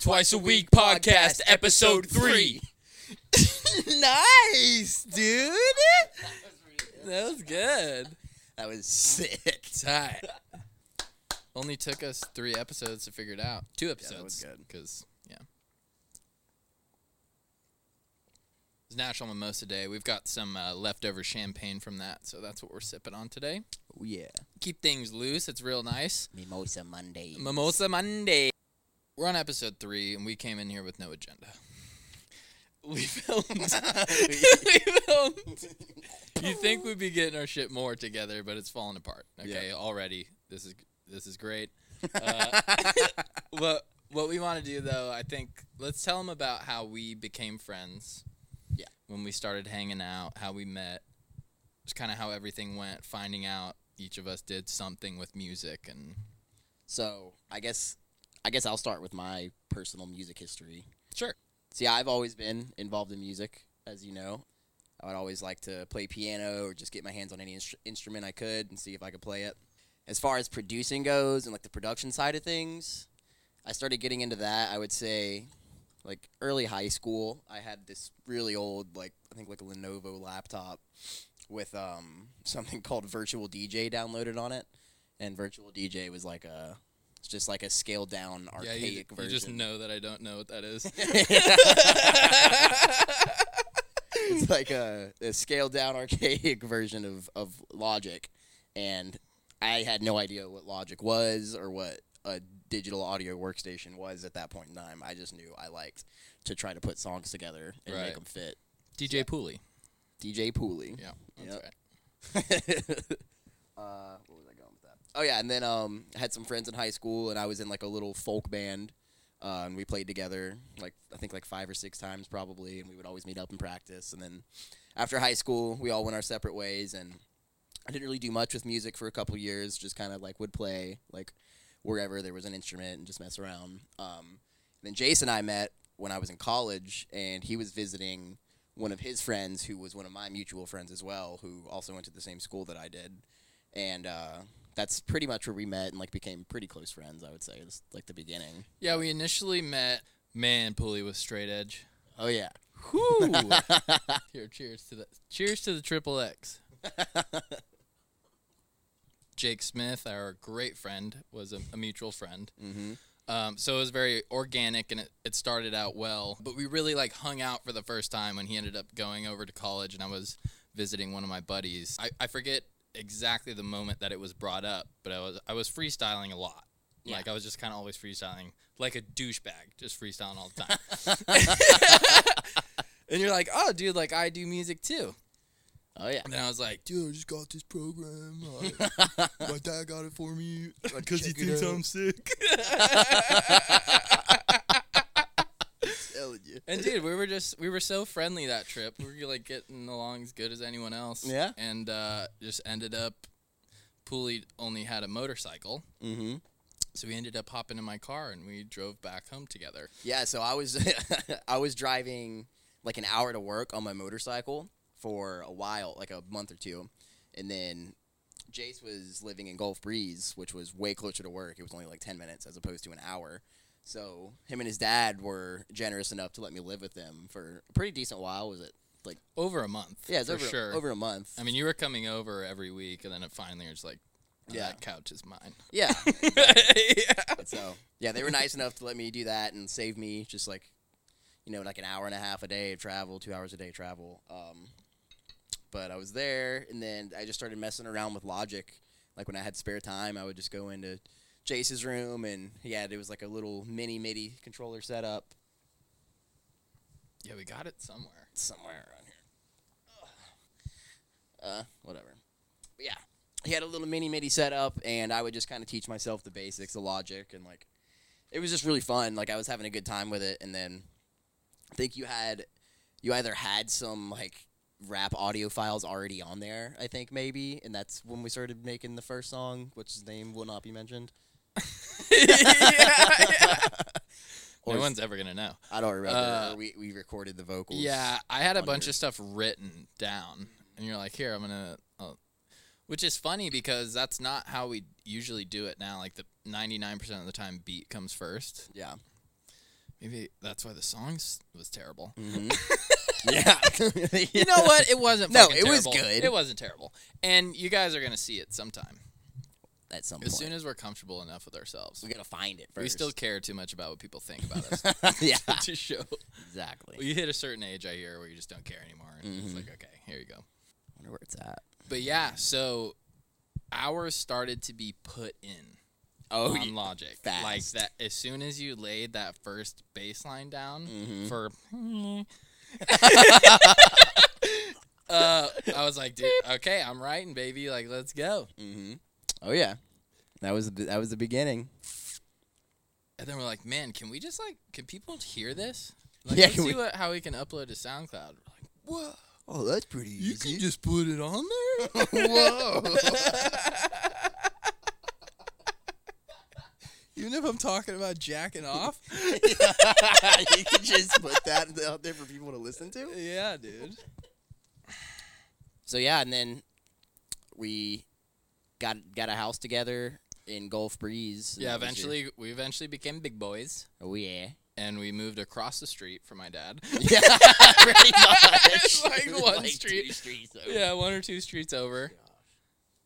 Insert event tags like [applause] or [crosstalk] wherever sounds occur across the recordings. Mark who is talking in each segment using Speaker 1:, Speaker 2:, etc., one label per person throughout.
Speaker 1: Twice a Week Podcast, Episode 3. [laughs]
Speaker 2: nice, dude. That was good. [laughs] That was sick.
Speaker 1: Tight. Only took us three episodes to figure it out. Two episodes.
Speaker 2: was good.
Speaker 1: Because, yeah. It's National Mimosa Day. We've got some uh, leftover champagne from that, so that's what we're sipping on today.
Speaker 2: Oh, yeah.
Speaker 1: Keep things loose. It's real nice.
Speaker 2: Mimosa Monday.
Speaker 1: Mimosa Monday. We're on episode three, and we came in here with no agenda. [laughs] We [laughs] filmed. we filmed. You think we'd be getting our shit more together, but it's falling apart. Okay, already this is this is [laughs] great. Uh, what what we want to do though, I think, let's tell them about how we became friends.
Speaker 2: Yeah.
Speaker 1: When we started hanging out, how we met, just kind of how everything went. Finding out each of us did something with music and
Speaker 2: [laughs] so I guess I guess I'll start with my personal music history.
Speaker 1: sure.
Speaker 2: See, I've always been involved in music, as you know. I would always like to play piano or just get my hands on any instru- instrument I could and see if I could play it. As far as producing goes and like the production side of things, I started getting into that. I would say, like early high school, I had this really old, like I think like a Lenovo laptop with um, [laughs] something called Virtual DJ downloaded on it, and Virtual DJ was like a, it's just like a scaled down
Speaker 1: Yeah,
Speaker 2: archaic
Speaker 1: you, ju- you
Speaker 2: version.
Speaker 1: just know that I don't know what that
Speaker 2: [laughs]
Speaker 1: is.
Speaker 2: it's like a, a scaled down archaic [laughs] version of, of logic and i had no idea what logic was or what a digital audio workstation was at that point in time i just knew i liked to try to put songs together and make
Speaker 1: Right.
Speaker 2: 'em make them fit
Speaker 1: DJ Pooley.
Speaker 2: dj pooley
Speaker 1: Yeah, that's
Speaker 2: Yep.
Speaker 1: right.
Speaker 2: [laughs] uh, what was I going with that? Oh yeah, and then um, I had some friends in high school, and I was in like a little folk band, uh, and we played together like I think like five or six times probably, and we would always meet up and practice. And then after high school, we all went our separate ways, and I didn't really do much with music for a couple years. Just kind of like would play like wherever there was an instrument and just mess around. Um, then Jason and I met when I was in college, and he was visiting one of his friends who was one of my mutual friends as well, who also went to the same school that I did, and uh, that's pretty much where we met and like became pretty close friends. I would say, it's like the beginning.
Speaker 1: Yeah, we initially met. Man, Pooley was straight
Speaker 2: [laughs]
Speaker 1: edge.
Speaker 2: Oh yeah,
Speaker 1: Whoo! Here, cheers to the cheers to the triple
Speaker 2: [laughs]
Speaker 1: X. Jake Smith, our great friend, was a, a mutual friend.
Speaker 2: [laughs] mm-hmm.
Speaker 1: Um, so it was very organic and it, it started out well. But we really like hung out for the first time when he ended up going over to college and I was visiting one of my buddies. I, I forget exactly the moment that it was brought up, but I was I was freestyling a lot.
Speaker 2: Yeah.
Speaker 1: Like I was just kind of always freestyling, like a douchebag, just freestyling all the time. [laughs] and you're like, oh, dude, like I do music too.
Speaker 2: oh yeah.
Speaker 1: And then I was like, dude, I just got this program. Uh,
Speaker 2: [laughs]
Speaker 1: my dad got it for me because he
Speaker 2: check it
Speaker 1: thinks
Speaker 2: out."
Speaker 1: I'm sick.
Speaker 2: Telling you.
Speaker 1: And dude, we were just we were so friendly that trip. We were like getting along as good as anyone else.
Speaker 2: Yeah.
Speaker 1: And uh, just ended up Pooley only had a motorcycle.
Speaker 2: Mm-hmm.
Speaker 1: So we ended up hopping in my car and we drove back home together.
Speaker 2: Yeah, so I was [laughs] I was driving like an hour to work on my motorcycle for a while, like a month or two, and then Jace was living in Gulf Breeze, which was way closer to work. It was only like ten minutes as opposed to an hour. So him and his dad were generous enough to let me live with them for a pretty decent while. Was it?
Speaker 1: Over a month.
Speaker 2: Yeah, it's
Speaker 1: for
Speaker 2: over
Speaker 1: sure. Um,
Speaker 2: over a month.
Speaker 1: I mean, you were coming over every week, and then it finally was like, yeah,
Speaker 2: Yeah.
Speaker 1: that couch is
Speaker 2: [laughs]
Speaker 1: mine.
Speaker 2: yeah.
Speaker 1: yeah.
Speaker 2: so yeah, they were nice enough to let me do that and save me just like, you know, like an hour and a half a day of travel, two hours a day of travel. Um, but I was there, and then I just started messing around with Logic. Like when I had spare time, I would just go into Jace's room, and he had it was like a little mini MIDI controller set up
Speaker 1: Yeah, we got it somewhere. [laughs]
Speaker 2: somewhere around here. Uh, whatever. But yeah, he had a little mini MIDI setup, and I would just kind of teach myself the basics, the logic, and like, it was just really fun. Like I was having a good time with it, and then I think you had, you either had some like rap audio files already on there, I think maybe, and that's when we started making the first song, which his name will not be mentioned.
Speaker 1: No
Speaker 2: Or-
Speaker 1: one's ever gonna know.
Speaker 2: I don't remember.
Speaker 1: Uh,
Speaker 2: or we we recorded the vocals.
Speaker 1: Yeah, I had a bunch
Speaker 2: under-
Speaker 1: of stuff written down, and you're like, "Here, I'm gonna," I'll-" which is funny because that's not how [laughs] we usually do it now. Like the 99% of the time, beat comes first,
Speaker 2: Yeah.
Speaker 1: Maybe that's why the song was terrible.
Speaker 2: Mm-hmm. yeah. [laughs]
Speaker 1: You know what? It wasn't.
Speaker 2: No,
Speaker 1: fucking
Speaker 2: it was
Speaker 1: terrible.
Speaker 2: good.
Speaker 1: It wasn't terrible. And you guys are gonna see it sometime.
Speaker 2: At some
Speaker 1: As
Speaker 2: point,
Speaker 1: soon as we're comfortable enough with ourselves,
Speaker 2: we gotta find it first.
Speaker 1: we still care too much about what people think about
Speaker 2: [laughs]
Speaker 1: us [laughs]
Speaker 2: yeah.
Speaker 1: to show.
Speaker 2: Exactly.
Speaker 1: Well, you hit a certain age, I hear, where you just don't care anymore, and it's
Speaker 2: Mhm.
Speaker 1: like, okay, here you go.
Speaker 2: wonder where it's at.
Speaker 1: But yeah, so hours started to be put in
Speaker 2: Oh,
Speaker 1: on logic. Like
Speaker 2: fast.
Speaker 1: that as soon as you laid that first baseline down
Speaker 2: Mhm.
Speaker 1: for [laughs] uh, I was like, dude, okay, I'm writing, baby. Like, let's go.
Speaker 2: Mm-hmm. Oh yeah. That was the, that was the [laughs] beginning.
Speaker 1: And then we're like, man, can we just like can people hear this? Like
Speaker 2: Yeah,
Speaker 1: let's
Speaker 2: can
Speaker 1: see
Speaker 2: we-
Speaker 1: what, how we can upload to SoundCloud. We're like, whoa.
Speaker 2: Oh, that's pretty
Speaker 1: just put it on there?
Speaker 2: Whoa.
Speaker 1: Even if I'm talking about jacking off?
Speaker 2: you can just put that out there for people to listen to.
Speaker 1: [laughs] yeah, dude.
Speaker 2: So yeah, and then we got got a house together in Gulf Breeze. and
Speaker 1: Yeah,
Speaker 2: that was your-
Speaker 1: eventually we eventually became big boys
Speaker 2: Oh yeah.
Speaker 1: and we moved across the street from my dad.
Speaker 2: [laughs] Yeah, pretty much.
Speaker 1: It's
Speaker 2: [laughs]
Speaker 1: like
Speaker 2: It was
Speaker 1: one
Speaker 2: like
Speaker 1: street.
Speaker 2: two streets over.
Speaker 1: yeah, one or two streets over.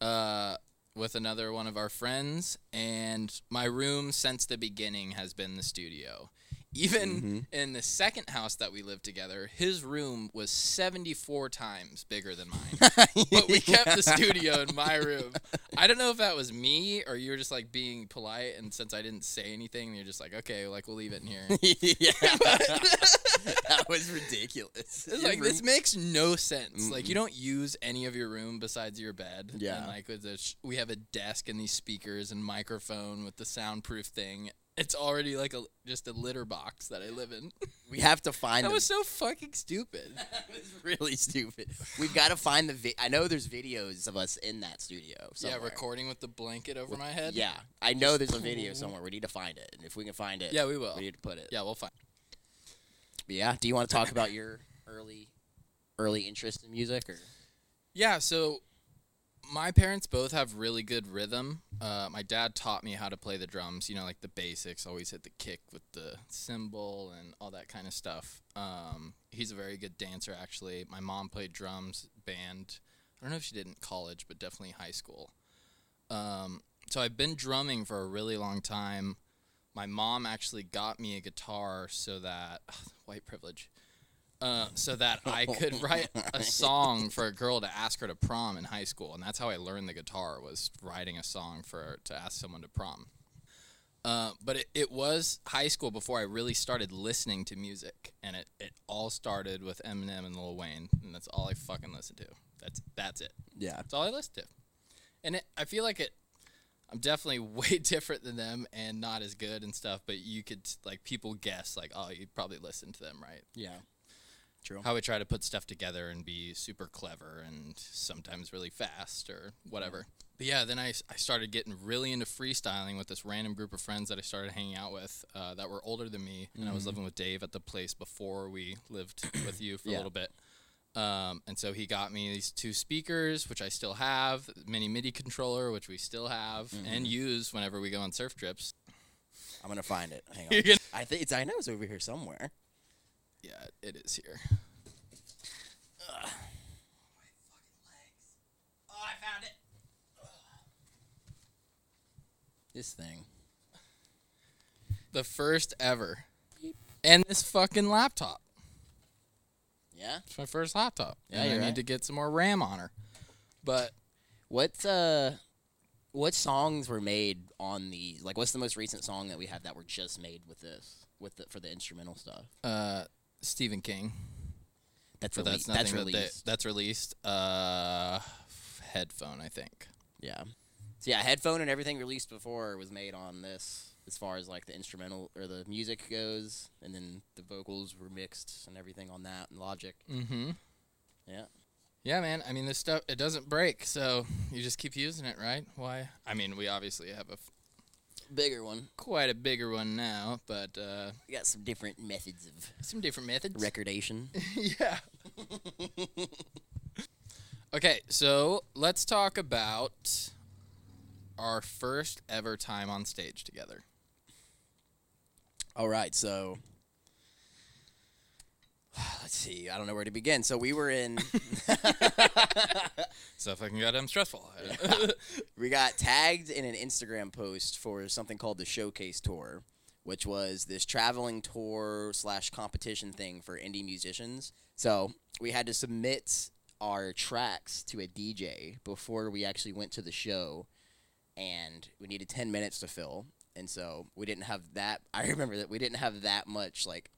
Speaker 1: Uh with another one of our friends and my room since the beginning has been the studio. Even
Speaker 2: [laughs]
Speaker 1: in the second house that we lived together, his room was 74 times bigger than
Speaker 2: [laughs]
Speaker 1: mine.
Speaker 2: Mm-hmm.
Speaker 1: but we kept the studio in my room. I don't know if that was me or you were just like being polite, and since I didn't say anything, you're just like, okay, like we'll leave it in here. It's
Speaker 2: [laughs] yeah, that was ridiculous. Your
Speaker 1: like this
Speaker 2: room-
Speaker 1: makes no sense. Like you don't use any of your room besides your bed.
Speaker 2: Yeah.
Speaker 1: and, like with the sh- we have a desk and these speakers and microphone with the soundproof thing. It's already like a just a litter box that I live in.
Speaker 2: we have to find.
Speaker 1: [laughs] That
Speaker 2: the-
Speaker 1: was so fucking stupid.
Speaker 2: [laughs] That was really stupid. We've got to find the. Vi- I know there's videos of us in that studio. Somewhere.
Speaker 1: Yeah, recording with the blanket over my head.
Speaker 2: Yeah, I know there's a video somewhere. We need to find it, and if we can find it,
Speaker 1: yeah, we will.
Speaker 2: we need to put it.
Speaker 1: Yeah, we'll find.
Speaker 2: But yeah. Do you want to talk about your early, early interest in music, or
Speaker 1: Yeah, so my parents both have really good rhythm. Uh, my dad taught me how to play the drums, you know, like the basics, always hit the kick with the cymbal and all that kind of stuff. Um, he's a very good dancer, actually. My mom played drums, band. I don't know if she did in college, but definitely high school. Um, so I've been drumming for a really long time. My mom actually got me a guitar so that [sighs] white privilege, uh, so that I could write a song for a girl to ask her to prom in high school, and that's how I learned the guitar was writing a song for to ask someone to prom. Uh, but it, it was high school before I really started listening to music, and it, it all started with Eminem and Lil Wayne, and that's all I fucking listened to. That's that's it.
Speaker 2: yeah,
Speaker 1: That's all I listened to. And it, I feel like it, I'm definitely [laughs] way different than them and not as good and stuff, but you could, like, people guess, like, oh, you probably listened to them, right?
Speaker 2: yeah, true.
Speaker 1: How we try to put stuff together and be super clever and sometimes really fast or whatever. But yeah, then I, s- I started getting really into freestyling with this random group of friends that I started hanging out with uh, that were older than me. And I was living with Dave at the place before we lived with you for a
Speaker 2: Yeah.
Speaker 1: little bit. Um, and so he got me these two speakers, which I still have, mini MIDI controller, which we still have and use whenever we go on surf trips.
Speaker 2: I'm gonna find it. Hang
Speaker 1: [laughs] You're
Speaker 2: on.
Speaker 1: gonna-
Speaker 2: I think it's. I know it's over here somewhere.
Speaker 1: Yeah, it is here.
Speaker 2: This thing.
Speaker 1: The first ever. And this fucking laptop.
Speaker 2: Yeah.
Speaker 1: It's my first laptop.
Speaker 2: Yeah,
Speaker 1: and I
Speaker 2: you're
Speaker 1: need
Speaker 2: right.
Speaker 1: to get some more RAM on her. But
Speaker 2: What's uh, what songs were made on these? Like, what's the most recent song that we have that were just made with this, with the for the instrumental stuff?
Speaker 1: uh, Stephen King.
Speaker 2: That's
Speaker 1: But
Speaker 2: released.
Speaker 1: that's nothing
Speaker 2: That's
Speaker 1: that they-
Speaker 2: released.
Speaker 1: that's released. Uh, headphone, I think.
Speaker 2: yeah. So yeah, headphone and everything released before was made on this, as far as like the instrumental or the music goes, and then the vocals were mixed and everything on that and Logic.
Speaker 1: Mm-hmm.
Speaker 2: Yeah.
Speaker 1: Yeah, man. I mean, this stuff it doesn't break, so you just keep using it, right? Why? I mean, we obviously have a f-
Speaker 2: Bigger one.
Speaker 1: quite a bigger one now, but uh,
Speaker 2: We got some different methods of
Speaker 1: some different methods.
Speaker 2: recordation.
Speaker 1: [laughs] yeah. [laughs] okay, so let's talk about our first ever time on stage together.
Speaker 2: All right, so [sighs] see, I don't know where to begin. So we were [laughs] in.
Speaker 1: So fucking goddamn [laughs] stressful.
Speaker 2: we got tagged in an Instagram post for something called the Showcase Tour, which was this traveling tour slash competition thing for indie musicians. So we had to submit our tracks to a DJ before we actually went to the show, and we needed 10 minutes to fill. And so we didn't have that. [laughs] I remember that we didn't have that much, like,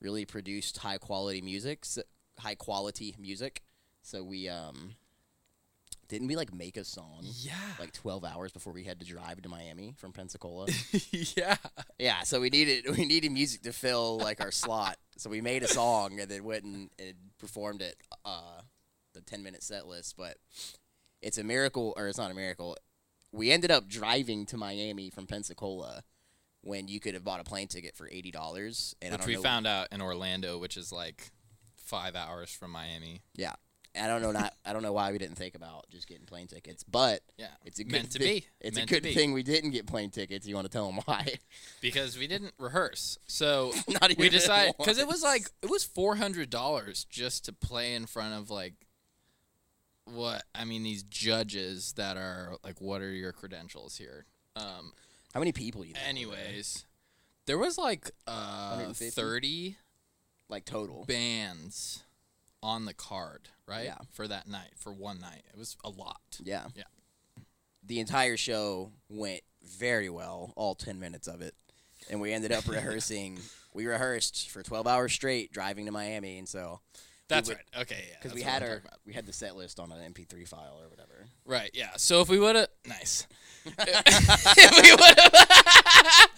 Speaker 2: really produced high quality music. So, high quality music. So we, um, didn't we, like, make a song?
Speaker 1: yeah. [laughs]
Speaker 2: like 12 hours before we had to drive to Miami from Pensacola. [laughs]
Speaker 1: yeah.
Speaker 2: yeah, so we needed we needed music to fill like our slot. So we made a song and then went and, and performed it uh, the 10 minute set list, but it's a miracle or it's not a miracle. We ended up driving to Miami from Pensacola when you could have bought a plane ticket for $80 and I
Speaker 1: Which
Speaker 2: don't
Speaker 1: we
Speaker 2: know
Speaker 1: found out in Orlando, which is like five hours from Miami.
Speaker 2: I don't know not I don't know why we didn't think about just getting plane tickets, but
Speaker 1: Yeah.
Speaker 2: it's a good
Speaker 1: Meant to
Speaker 2: thi-
Speaker 1: be.
Speaker 2: It's
Speaker 1: Meant
Speaker 2: a
Speaker 1: to
Speaker 2: good
Speaker 1: be.
Speaker 2: thing we didn't get plane tickets. You want to tell them why?
Speaker 1: Because we didn't rehearse.
Speaker 2: [laughs]
Speaker 1: So
Speaker 2: not even
Speaker 1: we decided because it was
Speaker 2: once.
Speaker 1: like it was four hundred dollars just to play in front of like what I mean these judges that are like what are your credentials here? Um,
Speaker 2: How many people you think? were there?
Speaker 1: anyways, there was like uh
Speaker 2: 150?
Speaker 1: thirty
Speaker 2: Like total.
Speaker 1: bands on the card right
Speaker 2: Yeah.
Speaker 1: for that night for one night. It was a lot.
Speaker 2: Yeah.
Speaker 1: Yeah.
Speaker 2: The entire show went very well, all 10 minutes of it. And
Speaker 1: [laughs]
Speaker 2: we ended up rehearsing. We rehearsed for 12 hours straight driving to Miami. And so,
Speaker 1: That's
Speaker 2: would-
Speaker 1: right. Okay, yeah.
Speaker 2: because we
Speaker 1: that's what
Speaker 2: had
Speaker 1: I'm
Speaker 2: our,
Speaker 1: talking about.
Speaker 2: we had the set list on an MP3 file or whatever.
Speaker 1: right. Yeah. So if we would have
Speaker 2: [laughs]
Speaker 1: nice, [laughs] if we would have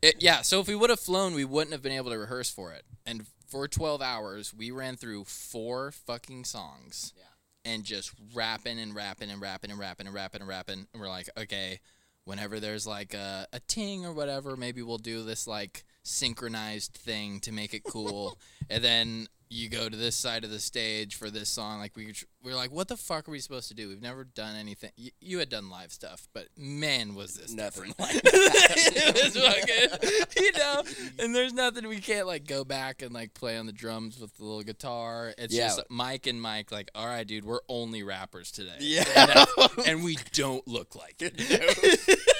Speaker 1: It- yeah, so if we would have flown, we wouldn't have been able to rehearse for it. And for 12 hours, we ran through four fucking songs
Speaker 2: Yeah.
Speaker 1: and just rapping and rapping and rapping and rapping and rapping and rapping. And we're like, okay, whenever there's like a, a ting or whatever, maybe we'll do this like synchronized thing to make it cool. and then you go to this side of the stage for this song. Like, we, were tr- we were like, what the fuck are we supposed to do? We've never done anything. You, you had done live stuff, but man, was this
Speaker 2: Nothing
Speaker 1: different. [laughs]
Speaker 2: like
Speaker 1: it was fucking, you know. And there's nothing we can't like go back and like play on the drums with the little guitar. It's
Speaker 2: Yeah.
Speaker 1: just Mike and Mike, like, all right, dude, we're only rappers today.
Speaker 2: Yeah.
Speaker 1: and we don't look like it,
Speaker 2: [laughs] [laughs]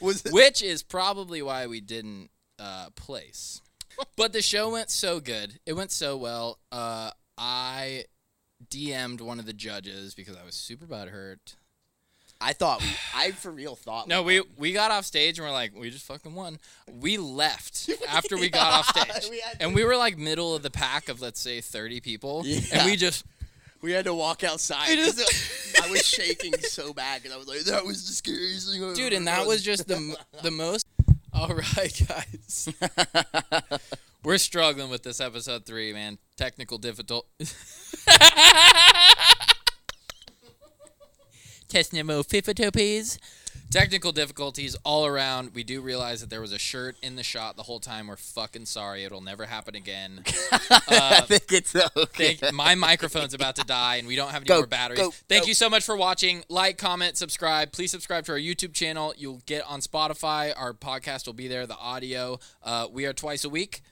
Speaker 2: was
Speaker 1: which is probably why we didn't uh, place. But the show went so good. It went so well. Uh, I DM'd one of the judges because I was super butthurt.
Speaker 2: I thought we, I for real thought
Speaker 1: No,
Speaker 2: we
Speaker 1: we we got off stage and we're like, we just fucking won. We
Speaker 2: [laughs]
Speaker 1: left after we got off stage,
Speaker 2: We had
Speaker 1: and we were like middle of the pack of let's say thirty people,
Speaker 2: Yeah.
Speaker 1: and we just
Speaker 2: we had to walk outside.
Speaker 1: We
Speaker 2: 'cause
Speaker 1: just-
Speaker 2: I was shaking so bad because I was like, that was the scariest thing. I've
Speaker 1: dude,
Speaker 2: ever
Speaker 1: and that
Speaker 2: done."
Speaker 1: was just the m- [laughs] the most. All right, [laughs] guys, we're struggling with this episode three, man. Technical difficult. [laughs] Technical difficulties. Technical difficulties all around. We do realize that there was a shirt in the shot the whole time. We're fucking sorry. It'll never happen again.
Speaker 2: [laughs] I
Speaker 1: Uh,
Speaker 2: think it's okay. [laughs]
Speaker 1: Thank, my microphone's about to die, and we don't have any
Speaker 2: Go,
Speaker 1: more batteries.
Speaker 2: go,
Speaker 1: Thank
Speaker 2: go.
Speaker 1: you so much for watching. Like, comment, subscribe. Please subscribe to our YouTube channel. You'll get on Spotify. Our podcast will be there. The audio. Uh, we are twice a week.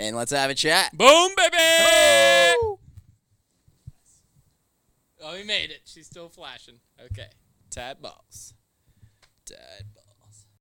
Speaker 2: and let's have a chat.
Speaker 1: Boom, baby! Oh, we made it. She's still flashing. Okay. Tad balls. Tad balls.